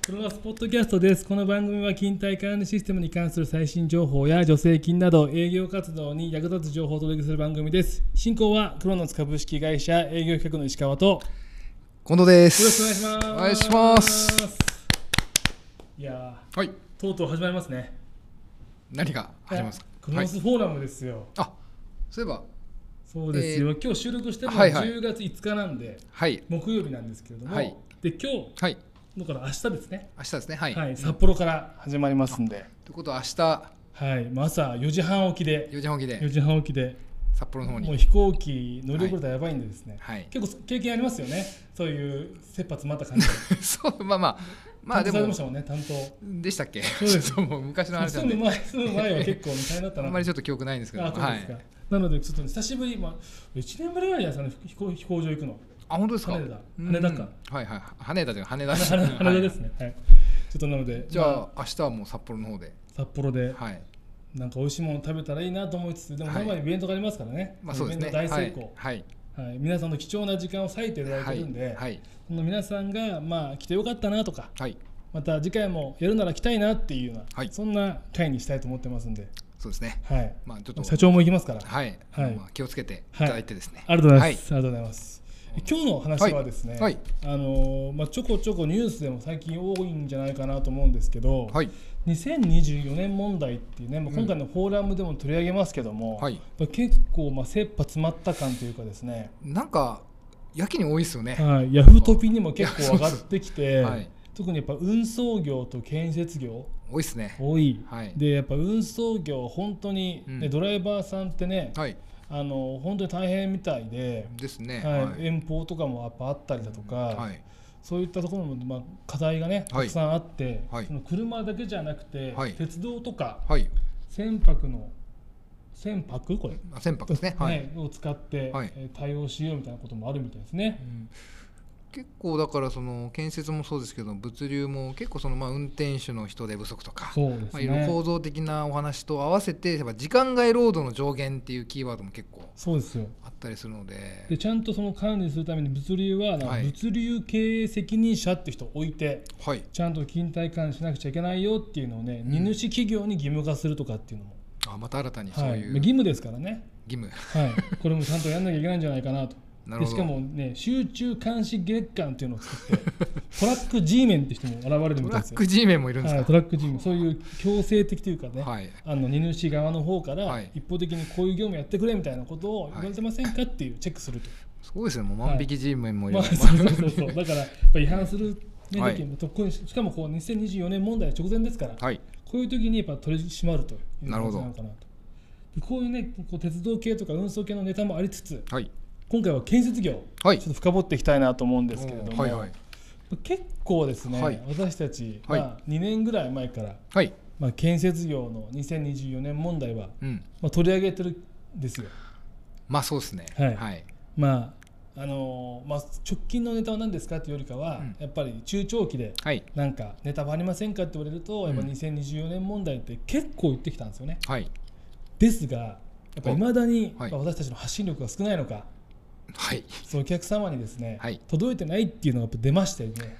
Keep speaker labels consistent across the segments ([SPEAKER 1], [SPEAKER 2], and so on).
[SPEAKER 1] クロノスポッドキャストです。この番組は勤怠管理システムに関する最新情報や助成金など営業活動に役立つ情報をお届けする番組です。進行はクロノス株式会社営業企画の石川とよ
[SPEAKER 2] 近藤で
[SPEAKER 1] ろし
[SPEAKER 2] す。
[SPEAKER 1] くお願いします。
[SPEAKER 2] お願いします。。
[SPEAKER 1] いや
[SPEAKER 2] はい。
[SPEAKER 1] ー、とうとう始まりますね。
[SPEAKER 2] 何が始まりますか。
[SPEAKER 1] クロノスフォーラムですよ。
[SPEAKER 2] あ、そういえば
[SPEAKER 1] そうですよ。今日収録してるのは
[SPEAKER 2] はいはい
[SPEAKER 1] 10月5日なんで、
[SPEAKER 2] はい
[SPEAKER 1] 木曜日なんですけれども、
[SPEAKER 2] はい
[SPEAKER 1] で今日
[SPEAKER 2] はい
[SPEAKER 1] だから明日ですね。
[SPEAKER 2] 明日ですね。はい。
[SPEAKER 1] はい、札幌から始まりますんで。
[SPEAKER 2] ということは明日
[SPEAKER 1] はい、もう朝4時半起きで、
[SPEAKER 2] 四時半起き
[SPEAKER 1] 4
[SPEAKER 2] で
[SPEAKER 1] 時半起きで、
[SPEAKER 2] 札幌の方
[SPEAKER 1] もう
[SPEAKER 2] に。
[SPEAKER 1] 飛行機乗り遅れたらやばいんでですね、
[SPEAKER 2] はい。
[SPEAKER 1] 結構経験ありますよね、そういう切羽詰まった感じ、
[SPEAKER 2] そうまあまあ まあで
[SPEAKER 1] 担当されて
[SPEAKER 2] も
[SPEAKER 1] ましたもんね、担当。
[SPEAKER 2] でしたっけ。
[SPEAKER 1] う です
[SPEAKER 2] ちょっともう昔の話な
[SPEAKER 1] 住
[SPEAKER 2] ん
[SPEAKER 1] む
[SPEAKER 2] で。
[SPEAKER 1] 前住む前は結構大変だった
[SPEAKER 2] あ
[SPEAKER 1] な。
[SPEAKER 2] んまりちょっと記憶ないんですけど。
[SPEAKER 1] あそうですか、
[SPEAKER 2] はい。
[SPEAKER 1] なので、ちょっと久しぶり、まあ、1年ぶりぐらいじゃないですかね、飛行飛行場行くの、
[SPEAKER 2] あ本当ですか。
[SPEAKER 1] 羽田
[SPEAKER 2] うん
[SPEAKER 1] 羽田か。
[SPEAKER 2] はいはい羽田というか羽 田。
[SPEAKER 1] 羽田羽田で
[SPEAKER 2] はい
[SPEAKER 1] すね、はい。ちょっとなので、
[SPEAKER 2] じゃ
[SPEAKER 1] ま
[SPEAKER 2] あ明日はもう札幌の方で。
[SPEAKER 1] 札幌で
[SPEAKER 2] はい。
[SPEAKER 1] なんか美味しいもの食べたらいいなと思いつつ、でも
[SPEAKER 2] は
[SPEAKER 1] 名
[SPEAKER 2] い
[SPEAKER 1] 前イベントがありますからね、
[SPEAKER 2] まあそうですね。
[SPEAKER 1] イベント
[SPEAKER 2] は
[SPEAKER 1] 大成
[SPEAKER 2] い
[SPEAKER 1] 功、
[SPEAKER 2] はい
[SPEAKER 1] はい皆さんの貴重な時間を割いていただいて
[SPEAKER 2] は
[SPEAKER 1] るんで。
[SPEAKER 2] いはい
[SPEAKER 1] この皆さんが、まあ、来てよかったなとか
[SPEAKER 2] はい。
[SPEAKER 1] また次回もやるなら来たいなっていうような、
[SPEAKER 2] はい
[SPEAKER 1] そんな回にしたいと思ってますんで、
[SPEAKER 2] そうですね。
[SPEAKER 1] はい、
[SPEAKER 2] まあちょっと
[SPEAKER 1] 社長も行きますから、
[SPEAKER 2] はい、
[SPEAKER 1] はい
[SPEAKER 2] まあ、気をつけていただいてですね、
[SPEAKER 1] ありがとうございます、ありがとうございます今日の話はですね、
[SPEAKER 2] はいはい
[SPEAKER 1] あのーまあ、ちょこちょこニュースでも最近多いんじゃないかなと思うんですけど、
[SPEAKER 2] はい、
[SPEAKER 1] 2024年問題っていうね、まあ、
[SPEAKER 2] うん
[SPEAKER 1] 今回のフォーラムでも取り上げますけども、
[SPEAKER 2] はい
[SPEAKER 1] まあ結構まあ切羽詰まった感というかですね、
[SPEAKER 2] なんかやけに多いですよね、
[SPEAKER 1] はい、ヤフートピにも結構上がってきて、
[SPEAKER 2] はい
[SPEAKER 1] 特にやっぱ運送業と建設業
[SPEAKER 2] 多いですね
[SPEAKER 1] 多い、
[SPEAKER 2] はい
[SPEAKER 1] でやっぱ運送業本当に、
[SPEAKER 2] うん
[SPEAKER 1] ねドライバーさんってね、
[SPEAKER 2] はい
[SPEAKER 1] あの本当に大変みたいで、
[SPEAKER 2] ですね
[SPEAKER 1] はい
[SPEAKER 2] はい
[SPEAKER 1] 遠方とかもやっぱあったりだとか、
[SPEAKER 2] はい
[SPEAKER 1] そういったところも、まあ、課題がねた
[SPEAKER 2] はい
[SPEAKER 1] くさんあって、
[SPEAKER 2] はい
[SPEAKER 1] その車だけじゃなくて、
[SPEAKER 2] はい
[SPEAKER 1] 鉄道とか
[SPEAKER 2] はい
[SPEAKER 1] 船舶の船舶これ、
[SPEAKER 2] あ船舶ですねはい、
[SPEAKER 1] ねを使って、
[SPEAKER 2] はい
[SPEAKER 1] えー対応しようみたいなこともあるみたいですね
[SPEAKER 2] う。ん結構だからその建設もそうですけど物流も結構そのまあ運転手の人手不足とか
[SPEAKER 1] そうです
[SPEAKER 2] まあ、
[SPEAKER 1] ね、
[SPEAKER 2] いろいろ構造的なお話と合わせてやっぱ時間外労働の上限っていうキーワードも結構
[SPEAKER 1] そうですよ
[SPEAKER 2] あったりするので
[SPEAKER 1] でちゃんとその管理するために物流はなんか
[SPEAKER 2] はい
[SPEAKER 1] 物流経営責任者って人を置いて
[SPEAKER 2] はい
[SPEAKER 1] ちゃんと勤怠管理しなくちゃいけないよっていうのをね、
[SPEAKER 2] うん
[SPEAKER 1] 荷主企業に義務化するとかっていうのも、
[SPEAKER 2] あまた新たにそう
[SPEAKER 1] はい
[SPEAKER 2] い
[SPEAKER 1] まあ
[SPEAKER 2] う
[SPEAKER 1] 義務ですからね、
[SPEAKER 2] 義務、
[SPEAKER 1] はい、これもちゃんとやんなきゃいけないんじゃないかなと。
[SPEAKER 2] なる
[SPEAKER 1] で
[SPEAKER 2] ほ
[SPEAKER 1] し
[SPEAKER 2] ど
[SPEAKER 1] かもね集中監視月間っていうのを作って トラック G メンって人も現れるみ
[SPEAKER 2] ト
[SPEAKER 1] たい
[SPEAKER 2] ラ
[SPEAKER 1] です
[SPEAKER 2] ッ
[SPEAKER 1] よ
[SPEAKER 2] ク G 面もいるんですか、
[SPEAKER 1] はい、トラック G メンそういう強制的というかね、
[SPEAKER 2] はい、
[SPEAKER 1] あの荷主側の方から
[SPEAKER 2] はい
[SPEAKER 1] 一方的にこういう業務やってくれみたいなことを言われてませんかっていうチェックすると。
[SPEAKER 2] すごいですね、もう万引き G メンもいれ
[SPEAKER 1] まあ、
[SPEAKER 2] ば、
[SPEAKER 1] そうそうそうそうだからやっぱ違反する、ね
[SPEAKER 2] はい
[SPEAKER 1] 時も特にしかもこう2024年問題直前ですから、
[SPEAKER 2] はい、
[SPEAKER 1] こういう時にやっぱ取り締まるという
[SPEAKER 2] な
[SPEAKER 1] 感
[SPEAKER 2] るほ
[SPEAKER 1] じ
[SPEAKER 2] ど
[SPEAKER 1] なのかなとでこういうねこう鉄道系とか運送系のネタもありつつ
[SPEAKER 2] はい、
[SPEAKER 1] 今回は建設業、
[SPEAKER 2] はい
[SPEAKER 1] ちょっと深掘っていきたいなと思うんですけれども、
[SPEAKER 2] はい、はい、
[SPEAKER 1] 結構ですね、
[SPEAKER 2] はい
[SPEAKER 1] 私たち、
[SPEAKER 2] はい
[SPEAKER 1] まあ、2年ぐらい前から、
[SPEAKER 2] はい、
[SPEAKER 1] まあ、建設業の2024年問題は、
[SPEAKER 2] うん、
[SPEAKER 1] まあ、取り上げてるんですよ。
[SPEAKER 2] まあそうですね、
[SPEAKER 1] はい
[SPEAKER 2] はい、
[SPEAKER 1] まああのーまあ、直近のネタは何ですかっていうよりかは、
[SPEAKER 2] うん
[SPEAKER 1] やっぱり中長期で
[SPEAKER 2] はい、
[SPEAKER 1] なんかネタはありませんかって言われると、やっぱ
[SPEAKER 2] うん
[SPEAKER 1] 2024年問題って結構言ってきたんですよね。
[SPEAKER 2] はい、
[SPEAKER 1] ですがやっぱいまだに
[SPEAKER 2] はい
[SPEAKER 1] やっぱ私たちの発信力が少ないのか、
[SPEAKER 2] はい、
[SPEAKER 1] そのお客様にですね、
[SPEAKER 2] はい
[SPEAKER 1] 届いてないっていうのがやっぱ出ましたよね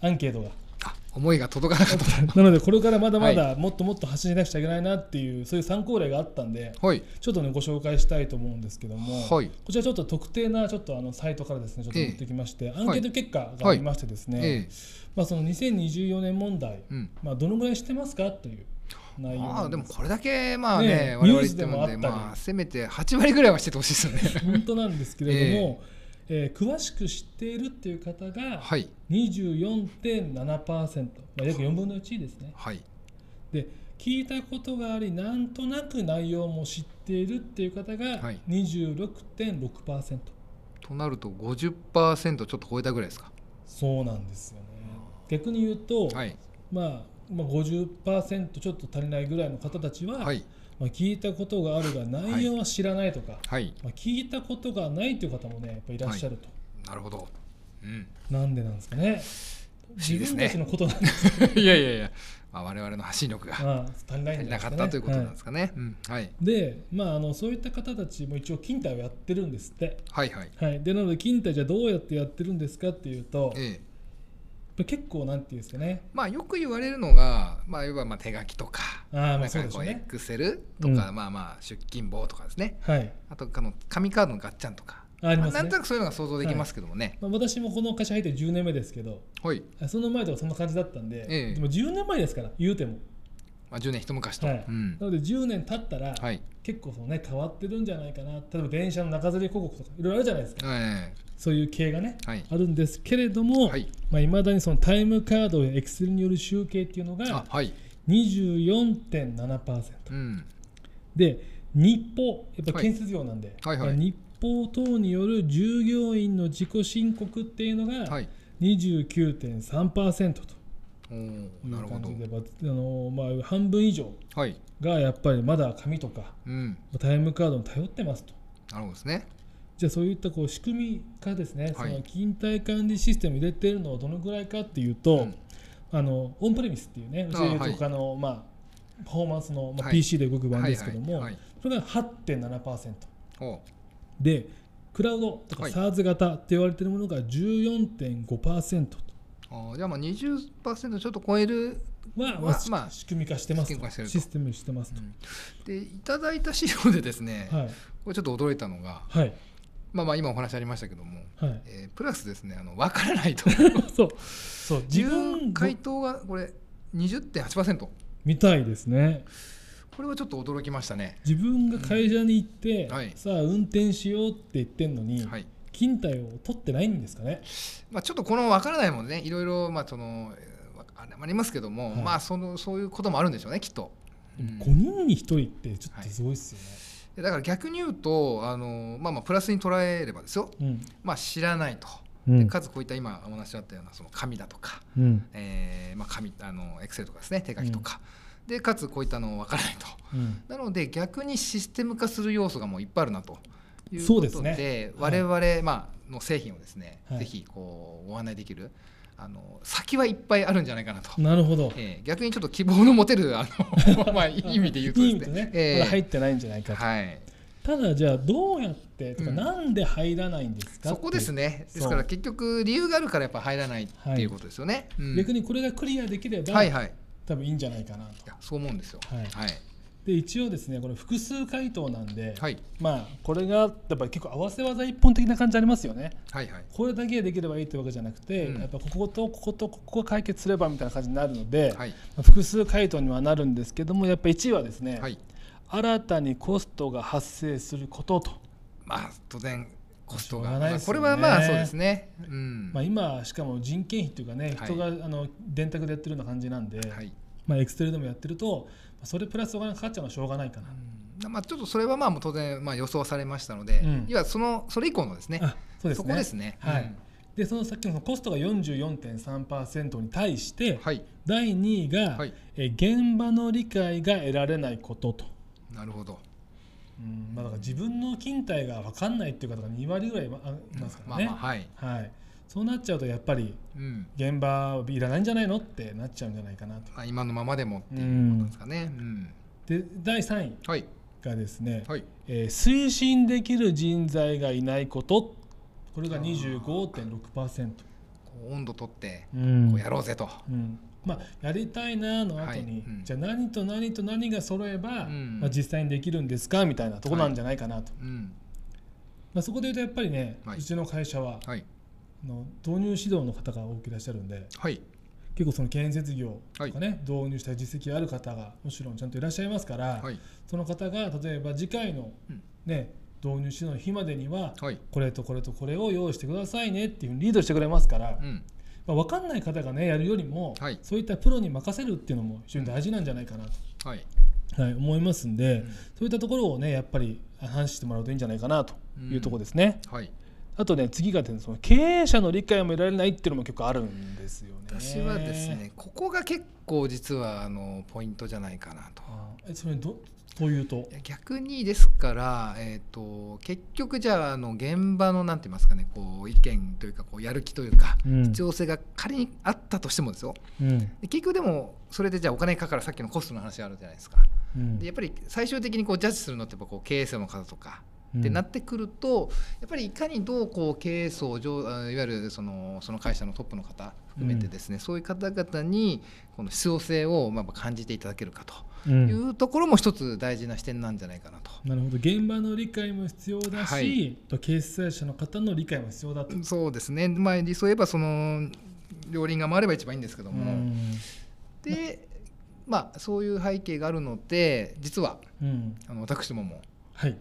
[SPEAKER 1] アンケートが。
[SPEAKER 2] あ思いが届かなかっ
[SPEAKER 1] なのでこれからまだまだもっともっと発信しなくちゃいけないなっていうそういう参考例があったんで
[SPEAKER 2] た、はい、
[SPEAKER 1] ちょっとねご紹介したいと思うんですけども、
[SPEAKER 2] はい
[SPEAKER 1] こちらちょっと特定なちょっとあのサイトからですねちょっと持ってきまして、アンケート結果がありましてですね、
[SPEAKER 2] ええ、
[SPEAKER 1] まあ、その2024年問題、
[SPEAKER 2] うん、
[SPEAKER 1] まあ、どのぐらいしてますかという内容
[SPEAKER 2] ま
[SPEAKER 1] な
[SPEAKER 2] あ
[SPEAKER 1] ん
[SPEAKER 2] でも
[SPEAKER 1] す
[SPEAKER 2] これだけまあ
[SPEAKER 1] ね
[SPEAKER 2] ね、
[SPEAKER 1] え
[SPEAKER 2] 我々
[SPEAKER 1] ニュー
[SPEAKER 2] 言っ
[SPEAKER 1] ス
[SPEAKER 2] て
[SPEAKER 1] で
[SPEAKER 2] る
[SPEAKER 1] もあっ
[SPEAKER 2] ん
[SPEAKER 1] た
[SPEAKER 2] で、
[SPEAKER 1] り
[SPEAKER 2] まあせめて8割ぐらいはしててほしいですよね。
[SPEAKER 1] 本当なんですけれども、えー詳しく知っているっていう方が
[SPEAKER 2] はい、
[SPEAKER 1] 24.7%、まあ、約4分の1ですね
[SPEAKER 2] はい、
[SPEAKER 1] で聞いたことがありなんとなく内容も知っているっていう方が
[SPEAKER 2] はい
[SPEAKER 1] 26.6%、
[SPEAKER 2] となると50%ちょっと超えたぐらいですか。
[SPEAKER 1] そうなんですよね逆に言うと、
[SPEAKER 2] はい、
[SPEAKER 1] まあまあ、50%ちょっと足りないぐらいの方たちは、
[SPEAKER 2] はい、
[SPEAKER 1] まあ、聞いたことがあるが内容は知らないとか、
[SPEAKER 2] はい、
[SPEAKER 1] まあ、聞いたことがないという方もねやっぱいらっしゃると、
[SPEAKER 2] なるほど。 うん、
[SPEAKER 1] なんでなんですかね
[SPEAKER 2] 不思議ですね
[SPEAKER 1] 自分たちのことなん です
[SPEAKER 2] いやいやいや、まあ我々の発信力が
[SPEAKER 1] が足りない
[SPEAKER 2] 足
[SPEAKER 1] ん
[SPEAKER 2] り
[SPEAKER 1] じゃな
[SPEAKER 2] な
[SPEAKER 1] いです
[SPEAKER 2] か
[SPEAKER 1] か、ね、
[SPEAKER 2] ったということなん
[SPEAKER 1] は
[SPEAKER 2] ですかね。うん、はい、
[SPEAKER 1] いでまああのそういった方たちも一応勤怠をやってるんですって
[SPEAKER 2] はい、はい、
[SPEAKER 1] はいでなので勤怠じゃあどうやってやってるんですかっていうと
[SPEAKER 2] ええ、
[SPEAKER 1] で結構なんていうんですかね
[SPEAKER 2] まあよく言われるのが、まあ、要はまあ手書きとか、
[SPEAKER 1] ああま
[SPEAKER 2] な
[SPEAKER 1] あ
[SPEAKER 2] ん
[SPEAKER 1] そう
[SPEAKER 2] か
[SPEAKER 1] でし
[SPEAKER 2] こ
[SPEAKER 1] ょ
[SPEAKER 2] う
[SPEAKER 1] う
[SPEAKER 2] エ
[SPEAKER 1] ね
[SPEAKER 2] クセルとか、まあまあ出勤簿とかですね。
[SPEAKER 1] はい
[SPEAKER 2] あとあの紙カードのガッチャンとか、
[SPEAKER 1] ありますね
[SPEAKER 2] なんとなくそういうのが想像できますけどもね。
[SPEAKER 1] まあ、私もこの会社入って10年目ですけど
[SPEAKER 2] はい、
[SPEAKER 1] その前とかそんな感じだったんで、
[SPEAKER 2] ええ
[SPEAKER 1] でも10年前ですから言うても、
[SPEAKER 2] まあ、10年一昔と。
[SPEAKER 1] はい
[SPEAKER 2] うん
[SPEAKER 1] なので10年経ったら、
[SPEAKER 2] はい
[SPEAKER 1] 結構その、ね、変わってるんじゃないかな例えば電車の中吊り広告とかいろいろあるじゃないですか
[SPEAKER 2] え
[SPEAKER 1] そういう系がね、
[SPEAKER 2] はい
[SPEAKER 1] あるんですけれども、
[SPEAKER 2] はい
[SPEAKER 1] まあ、未だにそのタイムカードやエクセルによる集計っていうの
[SPEAKER 2] えあ
[SPEAKER 1] が
[SPEAKER 2] はい、
[SPEAKER 1] 24.7%
[SPEAKER 2] うん、
[SPEAKER 1] で日報やっぱ
[SPEAKER 2] はい
[SPEAKER 1] 建設業なんで、
[SPEAKER 2] はいはい
[SPEAKER 1] まあ日報等による従業員の自己申告っていうの
[SPEAKER 2] は
[SPEAKER 1] が
[SPEAKER 2] い、
[SPEAKER 1] 29.3%と
[SPEAKER 2] おー
[SPEAKER 1] いう
[SPEAKER 2] なるほ
[SPEAKER 1] 感
[SPEAKER 2] ど
[SPEAKER 1] じ。で、まああのまあ、半分以上
[SPEAKER 2] はい、
[SPEAKER 1] がやっぱりまだ紙とか
[SPEAKER 2] うん、
[SPEAKER 1] タイムカードに頼ってますと。
[SPEAKER 2] なるほどですね。
[SPEAKER 1] じゃあそういったこう仕組み化ですね、
[SPEAKER 2] はい
[SPEAKER 1] その勤怠管理システム入れてるのはどのぐらいかっていうと、
[SPEAKER 2] うん
[SPEAKER 1] あのオンプレミスっていうね、うちでいう
[SPEAKER 2] あはい
[SPEAKER 1] と他の、まあ、パフォーマンスの、まあ
[SPEAKER 2] はい
[SPEAKER 1] PC で動く版ですけども、
[SPEAKER 2] はいはいはい
[SPEAKER 1] それが8.7%
[SPEAKER 2] おう
[SPEAKER 1] で、クラウドとか
[SPEAKER 2] はい
[SPEAKER 1] SARS 型って言われてるものが14.5%と
[SPEAKER 2] あーじゃあまあ20%ちょっと超える
[SPEAKER 1] は、
[SPEAKER 2] ま
[SPEAKER 1] ま
[SPEAKER 2] あ
[SPEAKER 1] あし
[SPEAKER 2] まあ
[SPEAKER 1] 仕組み化してます
[SPEAKER 2] 仕組み化してると
[SPEAKER 1] システムしてますと、
[SPEAKER 2] でいただいた資料でですね、
[SPEAKER 1] はい
[SPEAKER 2] これちょっと驚いたのが、
[SPEAKER 1] はい
[SPEAKER 2] まあまあ今お話ありましたけども、
[SPEAKER 1] はい、
[SPEAKER 2] えープラスですねあの分からないと
[SPEAKER 1] そうそう自
[SPEAKER 2] 自
[SPEAKER 1] 分
[SPEAKER 2] 分
[SPEAKER 1] が
[SPEAKER 2] 回答がこれ20.8%こ
[SPEAKER 1] みたいですね
[SPEAKER 2] れはちょっと驚きましたね
[SPEAKER 1] 自分が会社に行って、
[SPEAKER 2] うんはい
[SPEAKER 1] さあ運転しようって言ってんのに、
[SPEAKER 2] はい、
[SPEAKER 1] 勤怠を取ってないんですかね
[SPEAKER 2] まあ、ちょっとこの分からないもんねいろいろまあそのえーわあありますけども、
[SPEAKER 1] はい
[SPEAKER 2] まあそのそういうこともあるんでしょうねきっと、うん
[SPEAKER 1] 5人に1人ってちょっとすごいっすよ
[SPEAKER 2] でだから逆に言うとあの、まあ、まあプラスに捉えればですよ、
[SPEAKER 1] ね、
[SPEAKER 2] まあ、知らないと、
[SPEAKER 1] うんう
[SPEAKER 2] で
[SPEAKER 1] ん
[SPEAKER 2] かつこういった今お話あったようなその紙だとか、
[SPEAKER 1] うん
[SPEAKER 2] えーまあ、紙あのエクセルとかですね手書きとか、でかつこういったの分からないと
[SPEAKER 1] うん
[SPEAKER 2] なので逆にシステム化する要素がもういっぱいあるなという
[SPEAKER 1] そう
[SPEAKER 2] こ
[SPEAKER 1] です
[SPEAKER 2] と
[SPEAKER 1] ね
[SPEAKER 2] で
[SPEAKER 1] は
[SPEAKER 2] 我
[SPEAKER 1] い
[SPEAKER 2] 々、まあの製品をですね、
[SPEAKER 1] はい
[SPEAKER 2] ぜひこうご案内できるあの先はいっぱいあるんじゃないかなと、
[SPEAKER 1] なるほど
[SPEAKER 2] えー逆にちょっと希望の持てるあの まあいい意味で言うと
[SPEAKER 1] い
[SPEAKER 2] で
[SPEAKER 1] い意
[SPEAKER 2] すね
[SPEAKER 1] 味でね、
[SPEAKER 2] えー
[SPEAKER 1] まだ入ってないんじゃないかと、
[SPEAKER 2] はい、
[SPEAKER 1] ただじゃあどうやってとか、
[SPEAKER 2] うん
[SPEAKER 1] なんで入らないんですか
[SPEAKER 2] そこです
[SPEAKER 1] ね
[SPEAKER 2] ね
[SPEAKER 1] そう
[SPEAKER 2] ですから結局理由があるからやっぱ入らないっていうことですよね、うん
[SPEAKER 1] 逆にこれがクリアできれば、
[SPEAKER 2] はいはい
[SPEAKER 1] 多分いいんじゃないかなと
[SPEAKER 2] いやそう思うんですよ
[SPEAKER 1] はい
[SPEAKER 2] はい、
[SPEAKER 1] で一応ですねこれ複数回答なんで、
[SPEAKER 2] はい
[SPEAKER 1] まあこれがやっぱり結構合わせ技一本的な感じありますよね
[SPEAKER 2] はいはい
[SPEAKER 1] これだけできればいいってわけじゃなくて、
[SPEAKER 2] うん
[SPEAKER 1] やっぱこことこことここが解決すればみたいな感じになるので、
[SPEAKER 2] はい
[SPEAKER 1] 複数回答にはなるんですけどもやっぱ1位はですね、
[SPEAKER 2] はい
[SPEAKER 1] 新たにコストが発生することと、
[SPEAKER 2] まあ当然コスト
[SPEAKER 1] しょ
[SPEAKER 2] が
[SPEAKER 1] うがないで
[SPEAKER 2] まあ
[SPEAKER 1] すよね
[SPEAKER 2] これはまあそうですねうん
[SPEAKER 1] まあ、今しかも人件費というかね
[SPEAKER 2] はい
[SPEAKER 1] 人が、あの電卓でやってるような感じなんで
[SPEAKER 2] はい
[SPEAKER 1] まあエクセルでもやってるとまあそれプラスお金かかっちゃうのはしょうがないかな、
[SPEAKER 2] まあ、ちょっとそれはまあもう当然まあ予想されましたので、
[SPEAKER 1] うん
[SPEAKER 2] 要はそのそれ以降のですね、
[SPEAKER 1] あそうですね
[SPEAKER 2] そこですね。
[SPEAKER 1] はい
[SPEAKER 2] うん
[SPEAKER 1] でそのさっきのそのコストが44.3%に対して、
[SPEAKER 2] はい、
[SPEAKER 1] 第2位が、
[SPEAKER 2] はい
[SPEAKER 1] え現場の理解が得られないことと。
[SPEAKER 2] なるほど。
[SPEAKER 1] うんまあ、だから自分の勤怠が分かんないっていう方が2割ぐらいいまあいますからね、
[SPEAKER 2] まあまあはい、
[SPEAKER 1] はい、そうなっちゃうとやっぱり
[SPEAKER 2] うん、
[SPEAKER 1] 現場はいらないんじゃないのってなっちゃうんじゃないかなと
[SPEAKER 2] まあ今のままでもっていうことですかね。うん、
[SPEAKER 1] で第3位
[SPEAKER 2] はい
[SPEAKER 1] がですね、
[SPEAKER 2] はい。
[SPEAKER 1] えー推進できる人材がいないことこれが25.6%、
[SPEAKER 2] こう温度取って
[SPEAKER 1] う
[SPEAKER 2] こ
[SPEAKER 1] ん
[SPEAKER 2] うやろうぜと。
[SPEAKER 1] うんまあ、やりたいなの後に、
[SPEAKER 2] はいうん
[SPEAKER 1] じゃあ何と何と何が揃えば、
[SPEAKER 2] うん
[SPEAKER 1] まあ、実際にできるんですかみたいなとこなんじゃないかなと、
[SPEAKER 2] うん、
[SPEAKER 1] まあ、そこで言うとやっぱりね、
[SPEAKER 2] はいう
[SPEAKER 1] ちの会社は、
[SPEAKER 2] はい
[SPEAKER 1] あの導入指導の方が多くいらっしゃるんで
[SPEAKER 2] はい
[SPEAKER 1] 結構その建設業とかね、導入した実績がある方がもちろんちゃんといらっしゃいますから、
[SPEAKER 2] はい
[SPEAKER 1] その方が例えば次回の
[SPEAKER 2] うん、
[SPEAKER 1] ね、導入指導の日までには、
[SPEAKER 2] はい。
[SPEAKER 1] これとこれとこれを用意してくださいねっていうふうにリードしてくれますから、
[SPEAKER 2] うん、
[SPEAKER 1] まあ、分かんない方がねやるよりも、
[SPEAKER 2] はい
[SPEAKER 1] そういったプロに任せるっていうのも非常に大事なんじゃないかなと、
[SPEAKER 2] はい。
[SPEAKER 1] はい、思いますんで、
[SPEAKER 2] ん
[SPEAKER 1] そういったところをねやっぱり話してもらうといいんじゃないかなというところですね。
[SPEAKER 2] はい。
[SPEAKER 1] あとね次がですねその経営者の理解も得られないっていうのも結構あるんですよね。
[SPEAKER 2] 私はですね、ここが結構実はあのポイントじゃないかなと。
[SPEAKER 1] あー。えそれどというと
[SPEAKER 2] い、や逆にですから、えー、と結局じゃああの現場のなんて言いますかねこう意見というかこうやる気というか、
[SPEAKER 1] うん
[SPEAKER 2] 必要性が仮にあったとしてもですよ
[SPEAKER 1] うん
[SPEAKER 2] で結局でもそれでじゃあお金かかるさっきのコストの話があるじゃないですか
[SPEAKER 1] うん
[SPEAKER 2] でやっぱり最終的にこうジャッジするのってやっぱこう経営者の方とか
[SPEAKER 1] うん
[SPEAKER 2] ってなってくるとやっぱりいかにどうこう経営層上あいわゆるそのその会社のトップの方含めてですね、そういう方々にこの必要性をまあまあ感じていただけるかと
[SPEAKER 1] うん
[SPEAKER 2] いうところも一つ大事な視点なんじゃないかなと。
[SPEAKER 1] なるほど現場の理解も必要だし、
[SPEAKER 2] はい
[SPEAKER 1] と決済者の方の理解も必要だと。
[SPEAKER 2] そうですね、まあ、理想を言えばその両輪が回れば一番いいんですけども、
[SPEAKER 1] ん
[SPEAKER 2] でまあそういう背景があるので実は
[SPEAKER 1] うん
[SPEAKER 2] あの私どもも
[SPEAKER 1] はい、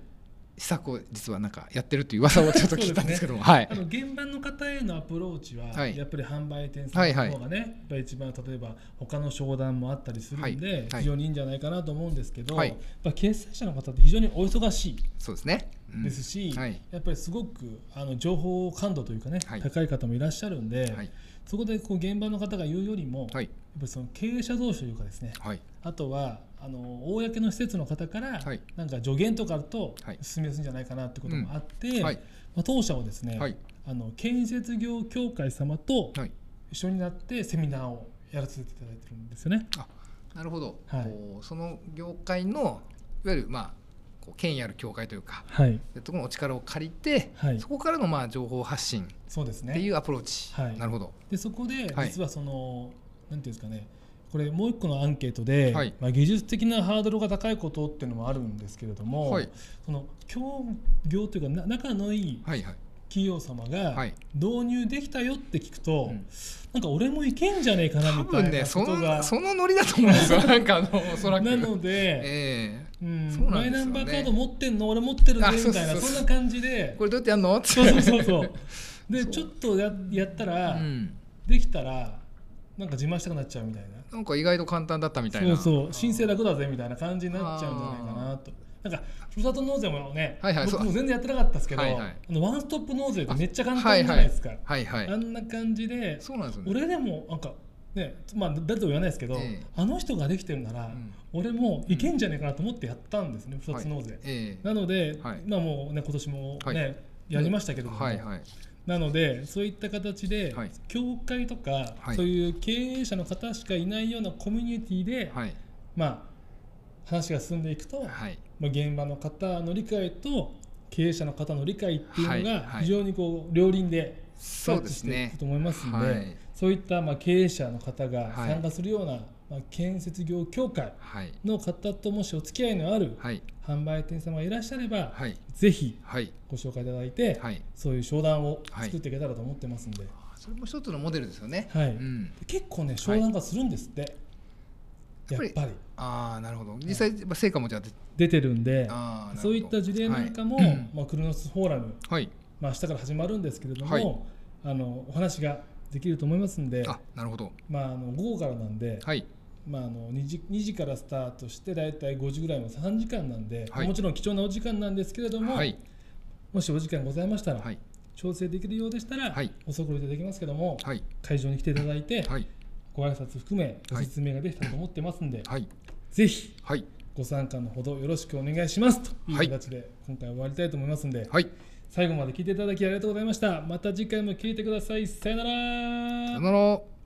[SPEAKER 2] 試作を実はなんかやってると いう噂をちょっと聞いたんですけども、はい
[SPEAKER 1] あの現場の方へのアプローチは、
[SPEAKER 2] はい
[SPEAKER 1] やっぱり販売店さんの方がね、やっぱり一番例えば他の商談もあったりするんで、
[SPEAKER 2] はいはい
[SPEAKER 1] 非常にいいんじゃないかなと思うんですけど、
[SPEAKER 2] はい
[SPEAKER 1] やっぱ決済者の方って非常にお忙しい
[SPEAKER 2] そうですね、うん
[SPEAKER 1] ですし、
[SPEAKER 2] はい
[SPEAKER 1] やっぱりすごくあの情報感度というかね、
[SPEAKER 2] はい
[SPEAKER 1] 高い方もいらっしゃるんで、
[SPEAKER 2] はい
[SPEAKER 1] そこでこう現場の方が言うよりも、や
[SPEAKER 2] は
[SPEAKER 1] っ
[SPEAKER 2] い
[SPEAKER 1] ぱりその経営者同士というかですね
[SPEAKER 2] はい
[SPEAKER 1] あとはあの公の施設の方から、
[SPEAKER 2] はい
[SPEAKER 1] なんか助言とかあると
[SPEAKER 2] はい
[SPEAKER 1] 進めやすいんじゃないかなってこともあって、
[SPEAKER 2] んはい
[SPEAKER 1] まあ、当社はですね、
[SPEAKER 2] はい
[SPEAKER 1] あの建設業協会様と
[SPEAKER 2] はい
[SPEAKER 1] 一緒になってセミナーをやらせていただいてるんですよね。
[SPEAKER 2] なるほど、
[SPEAKER 1] はい
[SPEAKER 2] こうその業界のいわゆるまあこう権威ある協会というか
[SPEAKER 1] はい、
[SPEAKER 2] そういうところのお力を借りて、
[SPEAKER 1] はい
[SPEAKER 2] そこからのまあ情報発信っ
[SPEAKER 1] そうですね
[SPEAKER 2] ていうアプローチ、
[SPEAKER 1] はい
[SPEAKER 2] なるほど
[SPEAKER 1] でそこで
[SPEAKER 2] はい
[SPEAKER 1] 実はその、なんていうんですかねこれもう一個のアンケートで、
[SPEAKER 2] はい
[SPEAKER 1] まあ、技術的なハードルが高いことっていうのもあるんですけれども、
[SPEAKER 2] はい
[SPEAKER 1] その協業というかな仲のいい
[SPEAKER 2] はいはい
[SPEAKER 1] 企業様
[SPEAKER 2] は
[SPEAKER 1] が
[SPEAKER 2] い
[SPEAKER 1] 導入できたよって聞くと、
[SPEAKER 2] うん
[SPEAKER 1] なんか俺もいけんじゃねえかな
[SPEAKER 2] 多
[SPEAKER 1] みたい
[SPEAKER 2] 分
[SPEAKER 1] な
[SPEAKER 2] ね
[SPEAKER 1] こ
[SPEAKER 2] そ
[SPEAKER 1] とが
[SPEAKER 2] のそのノリだと思う んですよなんかあのおそらく
[SPEAKER 1] なので、
[SPEAKER 2] ええ
[SPEAKER 1] うん
[SPEAKER 2] そうな
[SPEAKER 1] マ
[SPEAKER 2] ん
[SPEAKER 1] イ
[SPEAKER 2] です
[SPEAKER 1] ナ
[SPEAKER 2] よね
[SPEAKER 1] ンバーカード持ってんの俺持ってるぜ
[SPEAKER 2] あそうそう
[SPEAKER 1] みたいな
[SPEAKER 2] そう
[SPEAKER 1] そんな感じで
[SPEAKER 2] これどうやってやんのって
[SPEAKER 1] そうそうそうそうで
[SPEAKER 2] そう
[SPEAKER 1] ちょっとややったら、
[SPEAKER 2] うん
[SPEAKER 1] できたらなんか自慢したくなっちゃうみたいな。
[SPEAKER 2] なんか意外と簡単だったみたいな
[SPEAKER 1] そうそう申請楽だぜみたいな感じになっちゃうんじゃないかなとなんかふるさと納税もね、
[SPEAKER 2] はいはいそう
[SPEAKER 1] 僕も全然やってなかったですけど、
[SPEAKER 2] はいはい
[SPEAKER 1] あのワンストップ納税ってめっちゃ簡
[SPEAKER 2] は
[SPEAKER 1] 単
[SPEAKER 2] い
[SPEAKER 1] じゃ
[SPEAKER 2] は
[SPEAKER 1] ない
[SPEAKER 2] い
[SPEAKER 1] ですか、
[SPEAKER 2] はいはい
[SPEAKER 1] あんな感じで
[SPEAKER 2] そうなんですよね
[SPEAKER 1] 俺でもなんかねまあ誰とも言わないですけど、
[SPEAKER 2] ええ
[SPEAKER 1] あの人ができてるなら、
[SPEAKER 2] ん
[SPEAKER 1] 俺もいけんじゃねえかなと思ってやったんですね、ふる
[SPEAKER 2] は
[SPEAKER 1] さ
[SPEAKER 2] い
[SPEAKER 1] と納税、
[SPEAKER 2] ええ
[SPEAKER 1] なので、
[SPEAKER 2] はい
[SPEAKER 1] 今もうね今年もね、
[SPEAKER 2] はい
[SPEAKER 1] やりましたけれども、
[SPEAKER 2] はいはい
[SPEAKER 1] なのでそういった形で、
[SPEAKER 2] はい
[SPEAKER 1] 教会とか、
[SPEAKER 2] はい
[SPEAKER 1] そういう経営者の方しかいないようなコミュニティで、
[SPEAKER 2] はい
[SPEAKER 1] まあ、話が進んでいくと、
[SPEAKER 2] はい
[SPEAKER 1] まあ、現場の方の理解と経営者の方の理解っていうの
[SPEAKER 2] はい
[SPEAKER 1] が
[SPEAKER 2] はい
[SPEAKER 1] 非常にこう両輪でマ
[SPEAKER 2] そ
[SPEAKER 1] ッ
[SPEAKER 2] うで
[SPEAKER 1] チし
[SPEAKER 2] す
[SPEAKER 1] てい
[SPEAKER 2] ね
[SPEAKER 1] くと思いますので、
[SPEAKER 2] はい
[SPEAKER 1] そういったまあ経営者の方が
[SPEAKER 2] はい
[SPEAKER 1] 参加するような、まあ、建設業協会
[SPEAKER 2] はい
[SPEAKER 1] の方ともしお付き合いのある
[SPEAKER 2] はい
[SPEAKER 1] 販売店様がいらっしゃれば、
[SPEAKER 2] はい
[SPEAKER 1] ぜひ
[SPEAKER 2] はい
[SPEAKER 1] ご紹介いただいて、
[SPEAKER 2] はい
[SPEAKER 1] そういう商談を作っていけたらと思ってますんで、
[SPEAKER 2] それも一つのモデルですよね
[SPEAKER 1] はい
[SPEAKER 2] うん
[SPEAKER 1] 結構ね商談がするんですって、
[SPEAKER 2] やっぱり
[SPEAKER 1] やっぱり
[SPEAKER 2] ああなるほど実際まあ成果もじゃあ出
[SPEAKER 1] 出てるんで。
[SPEAKER 2] あーなるほど
[SPEAKER 1] そういった事例なんかも、
[SPEAKER 2] はいうん
[SPEAKER 1] まあ、クルノスフォーラム、
[SPEAKER 2] はい
[SPEAKER 1] まあ明日から始まるんですけれども、
[SPEAKER 2] はい
[SPEAKER 1] あのお話ができると思いますんで、
[SPEAKER 2] あなるほど
[SPEAKER 1] まあ、あの午後からなんで、
[SPEAKER 2] はい
[SPEAKER 1] まあ、あの 2, 時2時からスタートして大体5時ぐらいの3時間なんで、
[SPEAKER 2] はい
[SPEAKER 1] もちろん貴重なお時間なんですけれども、
[SPEAKER 2] はい
[SPEAKER 1] もしお時間ございましたら、
[SPEAKER 2] はい
[SPEAKER 1] 調整できるようでしたら、
[SPEAKER 2] はい
[SPEAKER 1] お送りいただきますけども、
[SPEAKER 2] はい
[SPEAKER 1] 会場に来ていただいて、
[SPEAKER 2] はい
[SPEAKER 1] ご挨拶含めご
[SPEAKER 2] はい
[SPEAKER 1] 説明ができたらと思ってますんで、
[SPEAKER 2] はい
[SPEAKER 1] ぜひ
[SPEAKER 2] はい
[SPEAKER 1] ご参加のほどよろしくお願いしますという
[SPEAKER 2] はい
[SPEAKER 1] 形で今回は終わりたいと思いますんで、
[SPEAKER 2] はい
[SPEAKER 1] 最後まで聞いていただきありがとうございました。また次回も聞いてください。さよなら
[SPEAKER 2] さよなら